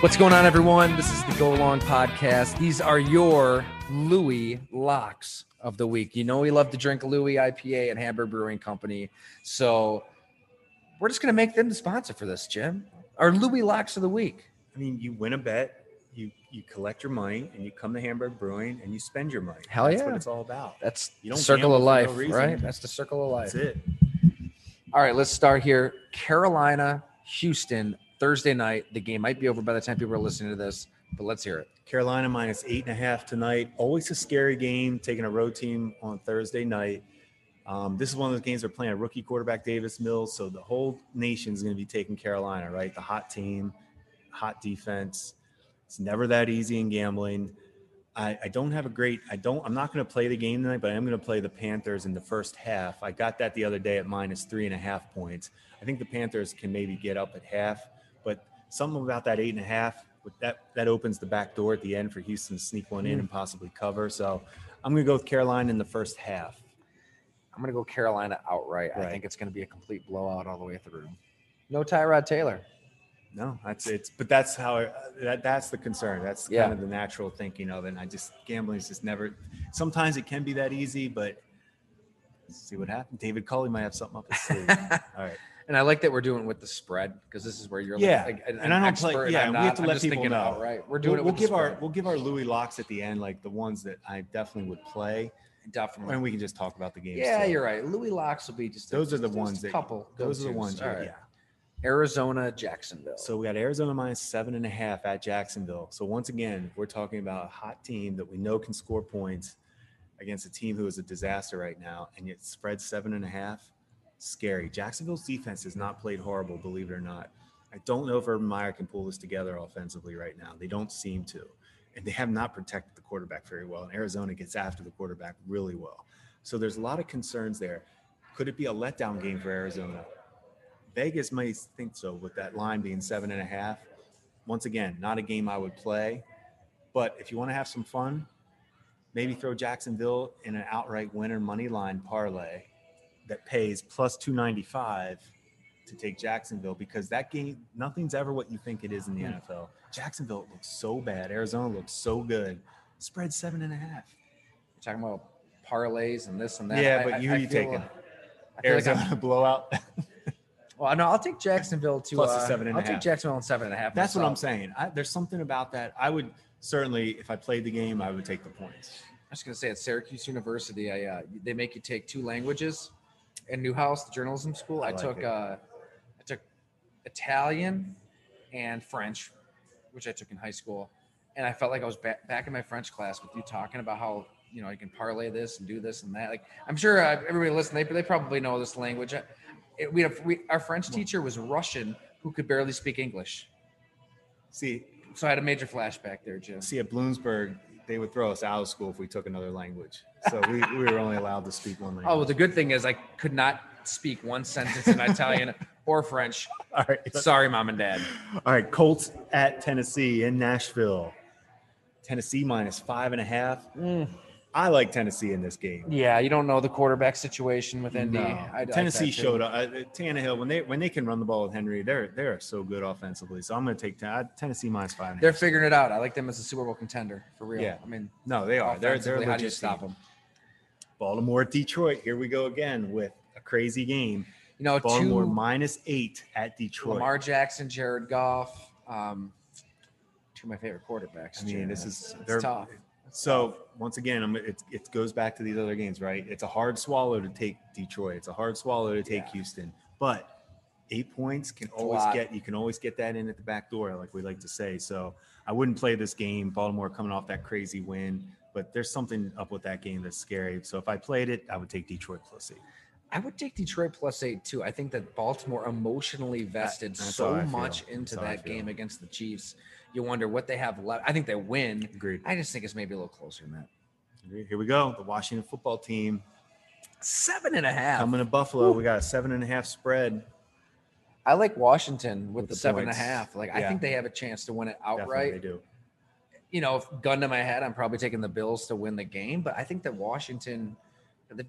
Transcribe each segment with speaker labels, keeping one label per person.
Speaker 1: What's going on, everyone? This is the Go Long Podcast. These are your Louis locks of the week. You know, we love to drink Louis IPA and Hamburg Brewing Company. So we're just going to make them the sponsor for this, Jim. Our Louis locks of the week.
Speaker 2: I mean, you win a bet, you you collect your money, and you come to Hamburg Brewing and you spend your money.
Speaker 1: Hell
Speaker 2: That's
Speaker 1: yeah.
Speaker 2: what it's all about.
Speaker 1: That's
Speaker 2: You
Speaker 1: the
Speaker 2: don't
Speaker 1: circle of
Speaker 2: gamble
Speaker 1: life,
Speaker 2: for no reason.
Speaker 1: right? That's the circle of life.
Speaker 2: That's it.
Speaker 1: All right, let's start here. Carolina, Houston, Thursday night. The game might be over by the time people are listening to this, but let's hear it.
Speaker 2: Carolina minus eight and a half tonight. Always a scary game. Taking a road team on Thursday night. Um, this is one of those games they're playing a rookie quarterback Davis Mills, so the whole nation's going to be taking Carolina, right? The hot team, hot defense. It's never that easy in gambling. I, I don't have a great. I don't. I'm not going to play the game tonight, but I am going to play the Panthers in the first half. I got that the other day at minus three and a half points. I think the Panthers can maybe get up at half, but something about that eight and a half with that that opens the back door at the end for Houston to sneak one
Speaker 1: Hmm.
Speaker 2: in and possibly cover. So I'm going to go with Carolina in the first half.
Speaker 1: I'm going to go Carolina outright. I
Speaker 2: Right.
Speaker 1: think it's going to be a complete blowout all the way through. No Tyrod Taylor.
Speaker 2: No, that's it's, but that's how I, that that's the concern. That's kind
Speaker 1: Yeah.
Speaker 2: of the natural thinking of it. And I just gambling is just never. Sometimes it can be that easy, but let's see what happens. David Culley might have something up his sleeve. All right,
Speaker 1: And I like that we're doing it with the spread because this is where you're
Speaker 2: Yeah.
Speaker 1: like, like an,
Speaker 2: And
Speaker 1: an
Speaker 2: I don't
Speaker 1: expert
Speaker 2: play-
Speaker 1: and
Speaker 2: yeah,
Speaker 1: I'm
Speaker 2: we have
Speaker 1: not.
Speaker 2: to
Speaker 1: I'm
Speaker 2: let
Speaker 1: just
Speaker 2: people
Speaker 1: thinking
Speaker 2: know.
Speaker 1: outright. We're doing
Speaker 2: we'll,
Speaker 1: it
Speaker 2: we'll
Speaker 1: with
Speaker 2: give
Speaker 1: the
Speaker 2: our
Speaker 1: spread.
Speaker 2: we'll give our Louis locks at the end, like the ones that I definitely would play,
Speaker 1: definitely.
Speaker 2: and we can just talk about the games.
Speaker 1: yeah,
Speaker 2: too.
Speaker 1: you're right. Louis locks will be just a-
Speaker 2: Those are the
Speaker 1: just
Speaker 2: ones
Speaker 1: a
Speaker 2: that
Speaker 1: couple.
Speaker 2: Those are the
Speaker 1: go-tos.
Speaker 2: ones. you-
Speaker 1: All right.
Speaker 2: Yeah.
Speaker 1: Arizona, Jacksonville.
Speaker 2: So we got Arizona minus seven and a half at Jacksonville. So once again, we're talking about a hot team that we know can score points against a team who is a disaster right now, and yet spread seven and a half. Scary. Jacksonville's defense has not played horrible, believe it or not. I don't know if Urban Meyer can pull this together offensively right now. They don't seem to. And they have not protected the quarterback very well. And Arizona gets after the quarterback really well. So there's a lot of concerns there. Could it be a letdown game for Arizona? Vegas may think so with that line being seven and a half. Once again, not a game I would play. But if you want to have some fun, maybe throw Jacksonville in an outright winner money line parlay that pays plus 295 to take Jacksonville because that game, nothing's ever what you think it is in
Speaker 1: Hmm.
Speaker 2: the NFL. Jacksonville looks so bad. Arizona looks so good. Spread seven and a half.
Speaker 1: We're talking about parlays and this and that.
Speaker 2: Yeah,
Speaker 1: I-
Speaker 2: but
Speaker 1: I-
Speaker 2: you-
Speaker 1: I
Speaker 2: you
Speaker 1: feel-
Speaker 2: taking?
Speaker 1: I feel like I'm-
Speaker 2: Arizona blowout.
Speaker 1: well, no, I'll take Jacksonville to
Speaker 2: Plus the
Speaker 1: uh,
Speaker 2: seven and a
Speaker 1: I'll take
Speaker 2: half.
Speaker 1: Jacksonville on seven and a half.
Speaker 2: That's what I'm
Speaker 1: myself.
Speaker 2: saying. I, there's something about that. I would certainly, if I played the game, I would take the points.
Speaker 1: I was gonna say at Syracuse University, I uh, they make you take two languages. In Newhouse, the journalism school, I,
Speaker 2: I like
Speaker 1: took
Speaker 2: it.
Speaker 1: uh, I took Italian and French, which I took in high school, and I felt like I was ba- back in my French class with you talking about how you know you can parlay this and do this and that. Like I'm sure uh, everybody listening, they, they probably know this language. I- It, we have we, our French
Speaker 2: Hmm.
Speaker 1: teacher was Russian who could barely speak English,
Speaker 2: See,
Speaker 1: so I had a major flashback there, Jim.
Speaker 2: see at Bloomsburg, they would throw us out of school if we took another language. So we, we were only allowed to speak one
Speaker 1: Oh, well,
Speaker 2: language.
Speaker 1: the good thing is I could not speak one sentence in Italian or French.
Speaker 2: all right.
Speaker 1: Sorry, mom and dad.
Speaker 2: All right. Colts at Tennessee in Nashville. Mm. Tennessee minus five and a half. I like Tennessee in this game.
Speaker 1: Yeah, you don't know the quarterback situation with Indy.
Speaker 2: No.
Speaker 1: I- I-
Speaker 2: Tennessee
Speaker 1: I-
Speaker 2: showed up. Uh, Tannehill when they when they can run the ball with Henry, they're they are so good offensively. So I'm going to take Ten- uh, Tennessee minus five. And a
Speaker 1: They're
Speaker 2: half.
Speaker 1: figuring it out. I like them as a Super Bowl contender for real.
Speaker 2: Yeah.
Speaker 1: I mean,
Speaker 2: no, they are. They're they're
Speaker 1: offensively,
Speaker 2: legit
Speaker 1: how do you stop
Speaker 2: team.
Speaker 1: them?
Speaker 2: Baltimore at Detroit. Here we go again with a crazy game.
Speaker 1: You know,
Speaker 2: Baltimore
Speaker 1: two
Speaker 2: minus eight at Detroit.
Speaker 1: Lamar Jackson, Jared Goff, um, two of my favorite quarterbacks.
Speaker 2: I mean,
Speaker 1: Jim.
Speaker 2: this
Speaker 1: It's-
Speaker 2: is-
Speaker 1: it's
Speaker 2: they're-
Speaker 1: tough.
Speaker 2: So once again, I'm, it, it goes back to these other games, right? It's a hard swallow to take Detroit. It's a hard swallow to take
Speaker 1: Yeah.
Speaker 2: Houston, but eight points can
Speaker 1: a
Speaker 2: always
Speaker 1: lot.
Speaker 2: get you can always get that in at the back door, like we like to say. So I wouldn't play this game. Baltimore coming off that crazy win, but But there's something up with that game that's scary. So if I played it, I would take Detroit plus eight.
Speaker 1: I would take Detroit plus eight too. I think that Baltimore emotionally vested
Speaker 2: that's how
Speaker 1: so
Speaker 2: I feel.
Speaker 1: much into
Speaker 2: That's how I
Speaker 1: that
Speaker 2: feel.
Speaker 1: game against the Chiefs. You wonder what they have left. I think they win.
Speaker 2: Agreed.
Speaker 1: I just think it's maybe a little closer than that.
Speaker 2: Here we go. The Washington football team
Speaker 1: Seven and a half.
Speaker 2: coming to Buffalo. We got a seven and a half spread.
Speaker 1: I like Washington with,
Speaker 2: With
Speaker 1: the,
Speaker 2: the
Speaker 1: seven and a
Speaker 2: points.
Speaker 1: half. Like I
Speaker 2: Yeah.
Speaker 1: think they have a chance to win it
Speaker 2: Definitely they
Speaker 1: outright.
Speaker 2: do.
Speaker 1: You know, if gun to my head, I'm probably taking the Bills to win the game. But I think that Washington, the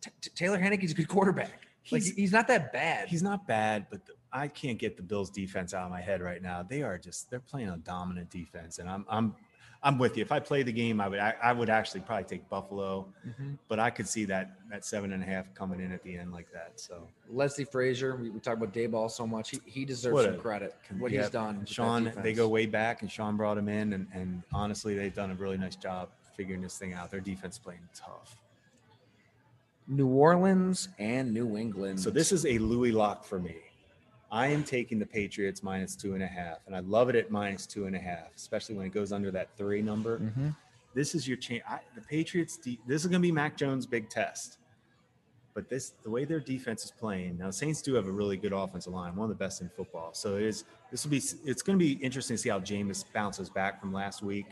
Speaker 1: T- T- Taylor Heineke's a good quarterback.
Speaker 2: He's-
Speaker 1: like he's not that bad.
Speaker 2: He's not bad, but the- I can't get the Bills defense out of my head right now. They are just they're playing a dominant defense, and I'm I'm I'm with you. If I play the game, I would I, I would actually probably take Buffalo,
Speaker 1: Mhm.
Speaker 2: but I could see that that seven and a half coming in at the end like that. So
Speaker 1: Leslie Frazier, we, we talk about Dayball so much. He, he deserves
Speaker 2: What
Speaker 1: some
Speaker 2: a-
Speaker 1: credit. What
Speaker 2: Yeah,
Speaker 1: he's done. with that
Speaker 2: Sean, they
Speaker 1: defense.
Speaker 2: go way back, and Sean brought him in, and, and honestly, they've done a really nice job figuring this thing out. Their defense playing tough.
Speaker 1: New Orleans and New England.
Speaker 2: So this is a Louis lock for me. I am taking the Patriots minus two and a half, and I love it at minus two and a half, especially when it goes under that three number.
Speaker 1: Mm-hmm.
Speaker 2: This is your chance. I, the Patriots. De- this is going to be Mac Jones' big test. But this, the way their defense is playing now, Saints do have a really good offensive line, one of the best in football. So it is. This will be. It's going to be interesting to see how Jameis bounces back from last week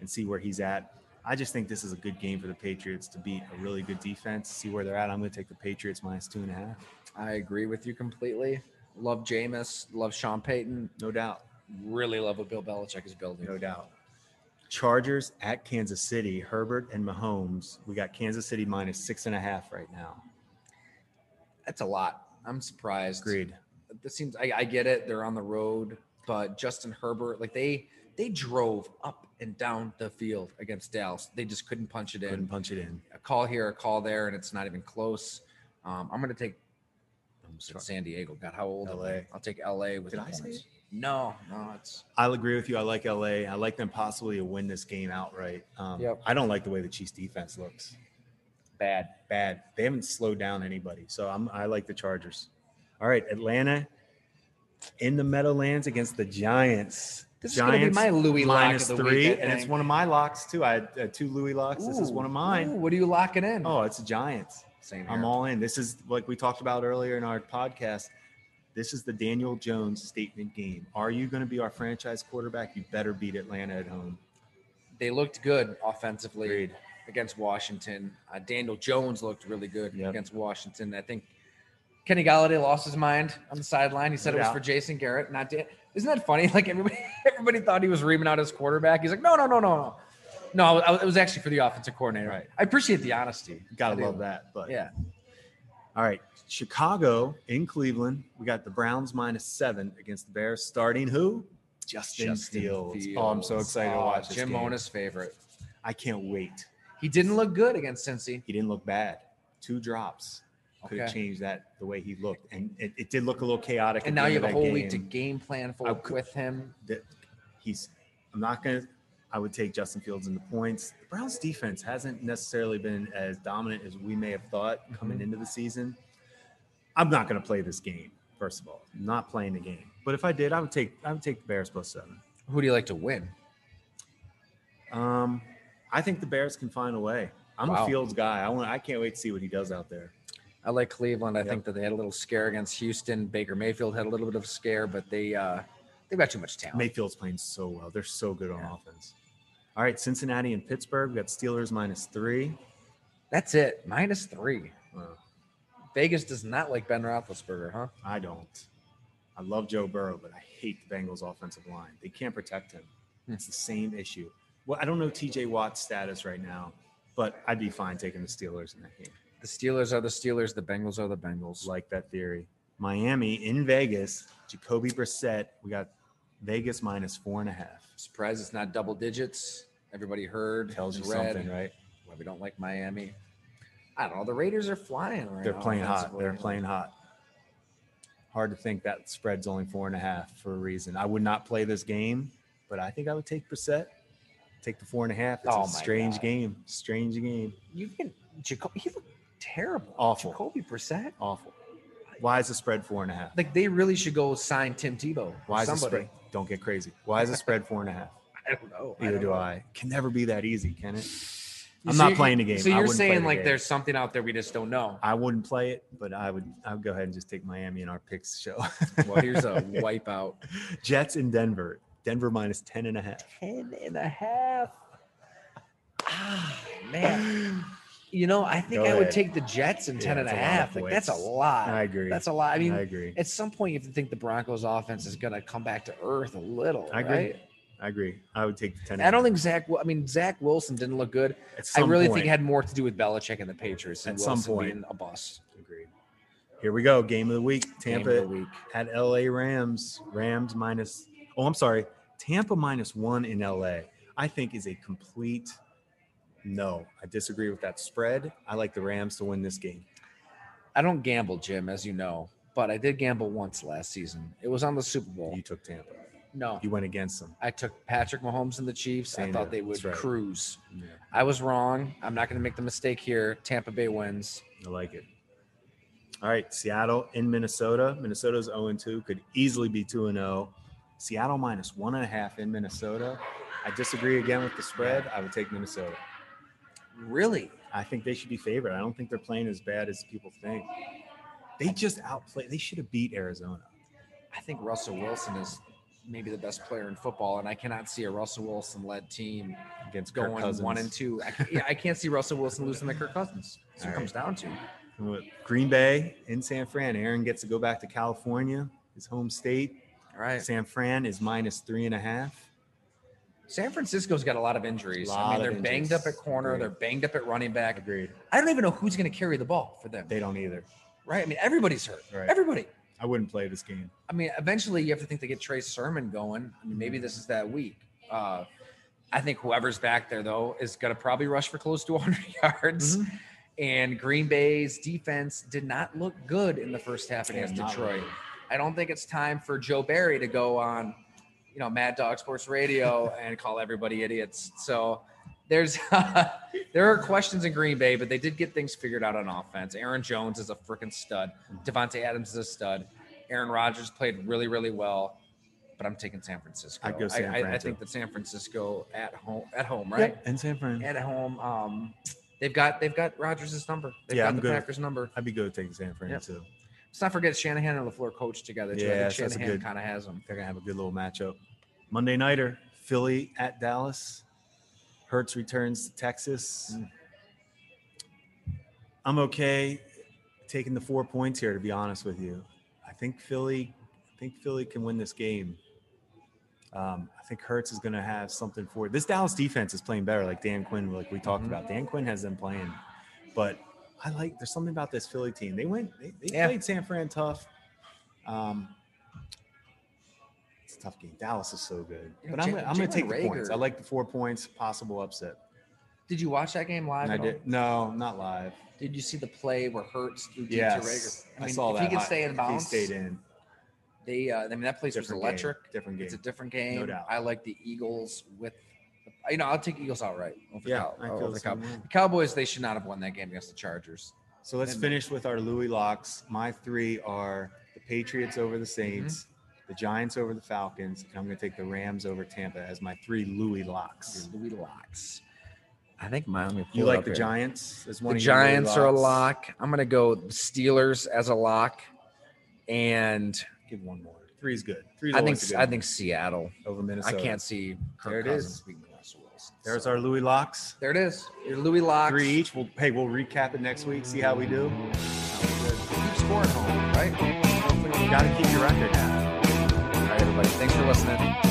Speaker 2: and see where he's at. I just think this is a good game for the Patriots to beat a really good defense, see where they're at. I'm going to take the Patriots minus two and a half.
Speaker 1: I agree with you completely. Love Jameis. Love Sean Payton.
Speaker 2: No doubt.
Speaker 1: Really love what Bill Belichick is building.
Speaker 2: No doubt. Chargers at Kansas City, Herbert and Mahomes. We got Kansas City minus six and a half right now.
Speaker 1: That's a lot. I'm surprised.
Speaker 2: Agreed.
Speaker 1: This seems. I, I get it. They're on the road, but Justin Herbert, like they they drove up and down the field against Dallas. They just couldn't punch it in.
Speaker 2: Couldn't punch it in.
Speaker 1: a call here, a call there, and it's not even close. Um, I'm going to take
Speaker 2: I'm sorry.
Speaker 1: San Diego. God, how old am I?
Speaker 2: LA.
Speaker 1: I'll take LA with
Speaker 2: Did
Speaker 1: the
Speaker 2: I say
Speaker 1: points.
Speaker 2: it?
Speaker 1: No, no, it's
Speaker 2: I'll agree with you. I like LA. I like them possibly to win this game outright. Um,
Speaker 1: Yep.
Speaker 2: I don't like the way the Chiefs defense looks.
Speaker 1: bad.
Speaker 2: Bad. They haven't slowed down anybody. So I'm, I like the Chargers. All right. Atlanta in the Meadowlands against the Giants.
Speaker 1: This is gonna be my Louis lock of
Speaker 2: minus
Speaker 1: the week,
Speaker 2: three,
Speaker 1: I
Speaker 2: and it's
Speaker 1: think.
Speaker 2: one of my locks too. I had uh, two Louis locks. this is
Speaker 1: Ooh,
Speaker 2: one of mine.
Speaker 1: ooh, what are you locking in?
Speaker 2: Oh, it's the Giants.
Speaker 1: Same
Speaker 2: I'm
Speaker 1: here.
Speaker 2: all in. This is like we talked about earlier in our podcast. This is the Daniel Jones statement game. Are you going to be our franchise quarterback? You better beat Atlanta at home.
Speaker 1: They looked good offensively
Speaker 2: Agreed.
Speaker 1: against Washington. Uh, Daniel Jones looked really good
Speaker 2: Yep.
Speaker 1: against Washington. I think Kenny Galladay lost his mind on the sideline. He said
Speaker 2: No
Speaker 1: it was
Speaker 2: doubt.
Speaker 1: for Jason Garrett, not Dan. Isn't that funny? Like everybody, everybody thought he was reaming out his quarterback. He's like, no, no, no, no, no. No, I- it was actually for the offensive coordinator.
Speaker 2: Right.
Speaker 1: I appreciate the honesty.
Speaker 2: Gotta
Speaker 1: I do.
Speaker 2: love that. But
Speaker 1: Yeah.
Speaker 2: all right, Chicago in Cleveland. We got the Browns minus seven against the Bears. Starting who? Justin, Steele. Oh, I'm so
Speaker 1: Fields.
Speaker 2: excited to
Speaker 1: Oh,
Speaker 2: watch this
Speaker 1: Jim
Speaker 2: game.
Speaker 1: Mona's favorite.
Speaker 2: I can't wait.
Speaker 1: He didn't look good against Cincy.
Speaker 2: He didn't look bad. Two drops could have
Speaker 1: Okay.
Speaker 2: changed that the way he looked, and it, it did look a little chaotic. at
Speaker 1: And
Speaker 2: the
Speaker 1: now you
Speaker 2: end
Speaker 1: have a
Speaker 2: of that
Speaker 1: whole week to game
Speaker 2: game.
Speaker 1: plan for
Speaker 2: I could-
Speaker 1: with him.
Speaker 2: that he's I'm not gonna I would take Justin Fields in the points. The Browns defense hasn't necessarily been as dominant as we may have thought coming
Speaker 1: Mhm.
Speaker 2: into the season. I'm not gonna play this game, first of all. I'm not playing the game. But if I did, I would take I would take the Bears plus seven.
Speaker 1: Who do you like to win?
Speaker 2: Um I think the Bears can find a way. I'm
Speaker 1: Wow.
Speaker 2: a Fields guy. I want I can't wait to see what he does out there.
Speaker 1: I like Cleveland. I
Speaker 2: Yep.
Speaker 1: think that they had a little scare against Houston. Baker Mayfield had a little bit of a scare, but they uh they've got too much talent.
Speaker 2: Mayfield's playing so well. They're so good on
Speaker 1: Oh. Yeah.
Speaker 2: offense. All right, Cincinnati and Pittsburgh. We got Steelers minus three.
Speaker 1: That's it. Minus three.
Speaker 2: Uh,
Speaker 1: Vegas does not like Ben Roethlisberger, huh?
Speaker 2: I don't. I love Joe Burrow, but I hate the Bengals' offensive line. They can't protect him. It's the same issue. Well, I don't know TJ Watt's status right now, but I'd be fine taking the Steelers in that game.
Speaker 1: The Steelers are the Steelers. The Bengals are the Bengals.
Speaker 2: Like that theory. Miami in Vegas, Jacoby Brissett. We got Vegas minus four and a half.
Speaker 1: Surprised it's not double digits. Everybody heard.
Speaker 2: Tells you
Speaker 1: and read
Speaker 2: something, right?
Speaker 1: Why we don't like Miami. I don't know. The Raiders are flying right
Speaker 2: They're
Speaker 1: now
Speaker 2: playing hot.
Speaker 1: offensively.
Speaker 2: They're playing hot. Hard to think that spread's only four and a half for a reason. I would not play this game, but I think I would take Brissett. Take the four and a half. It's
Speaker 1: Oh my
Speaker 2: a strange
Speaker 1: God.
Speaker 2: game. Strange game.
Speaker 1: You can Jacoby. He looked terrible.
Speaker 2: Awful.
Speaker 1: Jacoby Brissett.
Speaker 2: Awful. Why is the spread four and a half?
Speaker 1: Like they really should go sign Tim Tebow. or
Speaker 2: Why is the
Speaker 1: somebody?
Speaker 2: spread? Don't get crazy. Why is the spread four and a half?
Speaker 1: I don't know.
Speaker 2: Neither
Speaker 1: don't
Speaker 2: do
Speaker 1: know.
Speaker 2: I. Can never be that easy, can it? I'm
Speaker 1: So
Speaker 2: not
Speaker 1: you-
Speaker 2: playing the game.
Speaker 1: So
Speaker 2: I
Speaker 1: you're
Speaker 2: wouldn't play
Speaker 1: saying
Speaker 2: the
Speaker 1: like
Speaker 2: game.
Speaker 1: there's something out there we just don't know.
Speaker 2: I wouldn't play it, but I would. I would go ahead and just take Miami in our picks show.
Speaker 1: Well, here's a wipeout.
Speaker 2: Jets in Denver. Denver minus 10 and a half.
Speaker 1: Ten and a half. Ah, man. You know, I think
Speaker 2: Go
Speaker 1: I would
Speaker 2: ahead.
Speaker 1: take the Jets in
Speaker 2: Yeah,
Speaker 1: ten and a
Speaker 2: it's a lot of
Speaker 1: half. Like that's a
Speaker 2: points.
Speaker 1: lot.
Speaker 2: I agree.
Speaker 1: That's a lot. I
Speaker 2: I,
Speaker 1: mean,
Speaker 2: agree.
Speaker 1: at some point you have to think the Broncos offense is going to come back to earth a little.
Speaker 2: I agree.
Speaker 1: right?
Speaker 2: I agree. I would take the 10.
Speaker 1: I don't think Zach. Wil- I mean, Zach Wilson didn't look good.
Speaker 2: At
Speaker 1: I
Speaker 2: some
Speaker 1: really
Speaker 2: point.
Speaker 1: think it had more to do with Belichick and the Patriots than
Speaker 2: At some
Speaker 1: Wilson
Speaker 2: point.
Speaker 1: being a bust.
Speaker 2: Agreed. Here we go. Game of the week.
Speaker 1: Game of
Speaker 2: Tampa
Speaker 1: the week.
Speaker 2: at LA Rams. Rams minus. Oh, I'm sorry. Tampa minus one in LA. I think is a complete no. I disagree with that spread. I like the Rams to win this game.
Speaker 1: I don't gamble, Jim, as you know, but I did gamble once last season. It was on the Super Bowl.
Speaker 2: You took Tampa.
Speaker 1: No,
Speaker 2: You went against them.
Speaker 1: I took Patrick Mahomes and the Chiefs. I
Speaker 2: Same
Speaker 1: thought
Speaker 2: here.
Speaker 1: they would
Speaker 2: That's right.
Speaker 1: cruise.
Speaker 2: Yeah,
Speaker 1: I was wrong. I'm not going to make the mistake here. Tampa Bay wins.
Speaker 2: I like it. All right, Seattle in Minnesota. Minnesota's 0 2, could easily be 2 0. Seattle minus one and a half in Minnesota. I disagree again with the spread. I would take Minnesota.
Speaker 1: Really?
Speaker 2: I think they should be favored. I don't think they're playing as bad as people think. They just outplayed. They should have beat Arizona.
Speaker 1: I think Russell Wilson is maybe the best player in football, and I cannot see a Russell Wilson led team
Speaker 2: against Kirk
Speaker 1: going
Speaker 2: Cousins.
Speaker 1: one and two. I, ca- yeah, I can't see Russell Wilson losing to Kirk Cousins. That's what
Speaker 2: All
Speaker 1: it comes down to.
Speaker 2: Green Bay in San Fran. Aaron gets to go back to California, his home state.
Speaker 1: All right.
Speaker 2: San Fran is minus three and a half.
Speaker 1: San Francisco's got a lot of injuries. I
Speaker 2: Lot
Speaker 1: mean,
Speaker 2: of
Speaker 1: they're banged up
Speaker 2: injuries.
Speaker 1: at corner.
Speaker 2: Agreed.
Speaker 1: They're banged up at running back.
Speaker 2: Agreed.
Speaker 1: I don't even know who's going to carry the ball for them.
Speaker 2: They don't either.
Speaker 1: right? I mean, everybody's hurt.
Speaker 2: Right.
Speaker 1: Everybody.
Speaker 2: I wouldn't play this game.
Speaker 1: I mean, eventually you have to think they get Trey Sermon going. I mean, maybe this is that week. Uh, I think whoever's back there though is going to probably rush for close to 100 yards.
Speaker 2: Mm-hmm.
Speaker 1: And Green Bay's defense did not look good in the first half
Speaker 2: They have
Speaker 1: against
Speaker 2: not
Speaker 1: Detroit.
Speaker 2: looked
Speaker 1: I don't think it's time for Joe Barry to go on, you know, Mad Dog Sports Radio and call everybody idiots. So there's there are questions in Green Bay, but they did get things figured out on offense. Aaron Jones is a freaking stud. Devonte Adams is a stud. Aaron Rodgers played really, really well. But I'm taking San Francisco.
Speaker 2: I'd go San
Speaker 1: I, I,
Speaker 2: Fran,
Speaker 1: I
Speaker 2: too.
Speaker 1: think that San Francisco at home, at home,
Speaker 2: Yep,
Speaker 1: right?
Speaker 2: And San Fran.
Speaker 1: At home, um, they've got they've got Rodgers' number. They've
Speaker 2: Yeah,
Speaker 1: got
Speaker 2: I'm
Speaker 1: the
Speaker 2: good.
Speaker 1: Packers' number.
Speaker 2: I'd be good with taking San Fran
Speaker 1: Yep.
Speaker 2: too.
Speaker 1: Let's not forget Shanahan and Lafleur coach together. Too. I
Speaker 2: Yeah,
Speaker 1: think
Speaker 2: so that's a
Speaker 1: Shanahan
Speaker 2: good-
Speaker 1: kind of has them.
Speaker 2: They're gonna have a good little matchup. Monday nighter, Philly at Dallas. Hertz returns to Texas.
Speaker 1: Mm.
Speaker 2: I'm okay taking the four points here. To be honest with you, I think Philly. I think Philly can win this game. Um, I think Hertz is gonna have something for it. This Dallas defense is playing better, like Dan Quinn, like we talked
Speaker 1: Mhm.
Speaker 2: about. Dan Quinn has them playing, but I like. There's something about this Philly team. They went. They, they
Speaker 1: Yeah.
Speaker 2: played San Fran tough. Um, it's a tough game. Dallas is so good,
Speaker 1: You know,
Speaker 2: but I'm,
Speaker 1: Jalen-
Speaker 2: gonna- I'm going
Speaker 1: Jalen
Speaker 2: to take the points.
Speaker 1: Reagor-
Speaker 2: I like the four points, possible upset.
Speaker 1: Did you watch that game live?
Speaker 2: And I
Speaker 1: at all?
Speaker 2: did no, not live.
Speaker 1: Did you see the play where Hurts threw deep to
Speaker 2: Yes,
Speaker 1: Rager?
Speaker 2: I, saw
Speaker 1: if
Speaker 2: that.
Speaker 1: he could
Speaker 2: high-
Speaker 1: stay
Speaker 2: if
Speaker 1: in bounds,
Speaker 2: He stayed in.
Speaker 1: they uh, I mean that place was
Speaker 2: Different game,
Speaker 1: electric.
Speaker 2: Different game.
Speaker 1: It's a different game.
Speaker 2: doubt.
Speaker 1: I like the Eagles with, you know, I'll take Eagles outright over,
Speaker 2: yeah,
Speaker 1: Cow-
Speaker 2: I
Speaker 1: over
Speaker 2: feel
Speaker 1: the
Speaker 2: the
Speaker 1: Cowboys. The Cowboys they should not have won that game against the Chargers.
Speaker 2: So let's
Speaker 1: And-
Speaker 2: finish with our Louis locks. My three are the Patriots over the
Speaker 1: Mm-hmm.
Speaker 2: Saints, the Giants over the Falcons, and I'm going to take the Rams over Tampa as my three Louis locks.
Speaker 1: Louis locks. I think mine. let me pull
Speaker 2: You
Speaker 1: it
Speaker 2: like
Speaker 1: up
Speaker 2: the
Speaker 1: here.
Speaker 2: Giants as one
Speaker 1: The
Speaker 2: of your Louis
Speaker 1: Giants are a
Speaker 2: locks?
Speaker 1: lock. I'm gonna go Steelers as a lock, and
Speaker 2: Give one more. Three's good. Three's
Speaker 1: I
Speaker 2: always
Speaker 1: think
Speaker 2: a good
Speaker 1: I
Speaker 2: one.
Speaker 1: think Seattle.
Speaker 2: over Minnesota.
Speaker 1: I can't see Kirk
Speaker 2: There it
Speaker 1: Cousins
Speaker 2: is.
Speaker 1: beating Russell Wilson.
Speaker 2: There's
Speaker 1: so-
Speaker 2: our Louis locks.
Speaker 1: There it is. Your Louis locks.
Speaker 2: Three each. We'll hey, we'll recap it next week. See how we do.
Speaker 1: Keep scoring home, right?
Speaker 2: Got to keep your record.
Speaker 1: All right, everybody. Thanks for listening.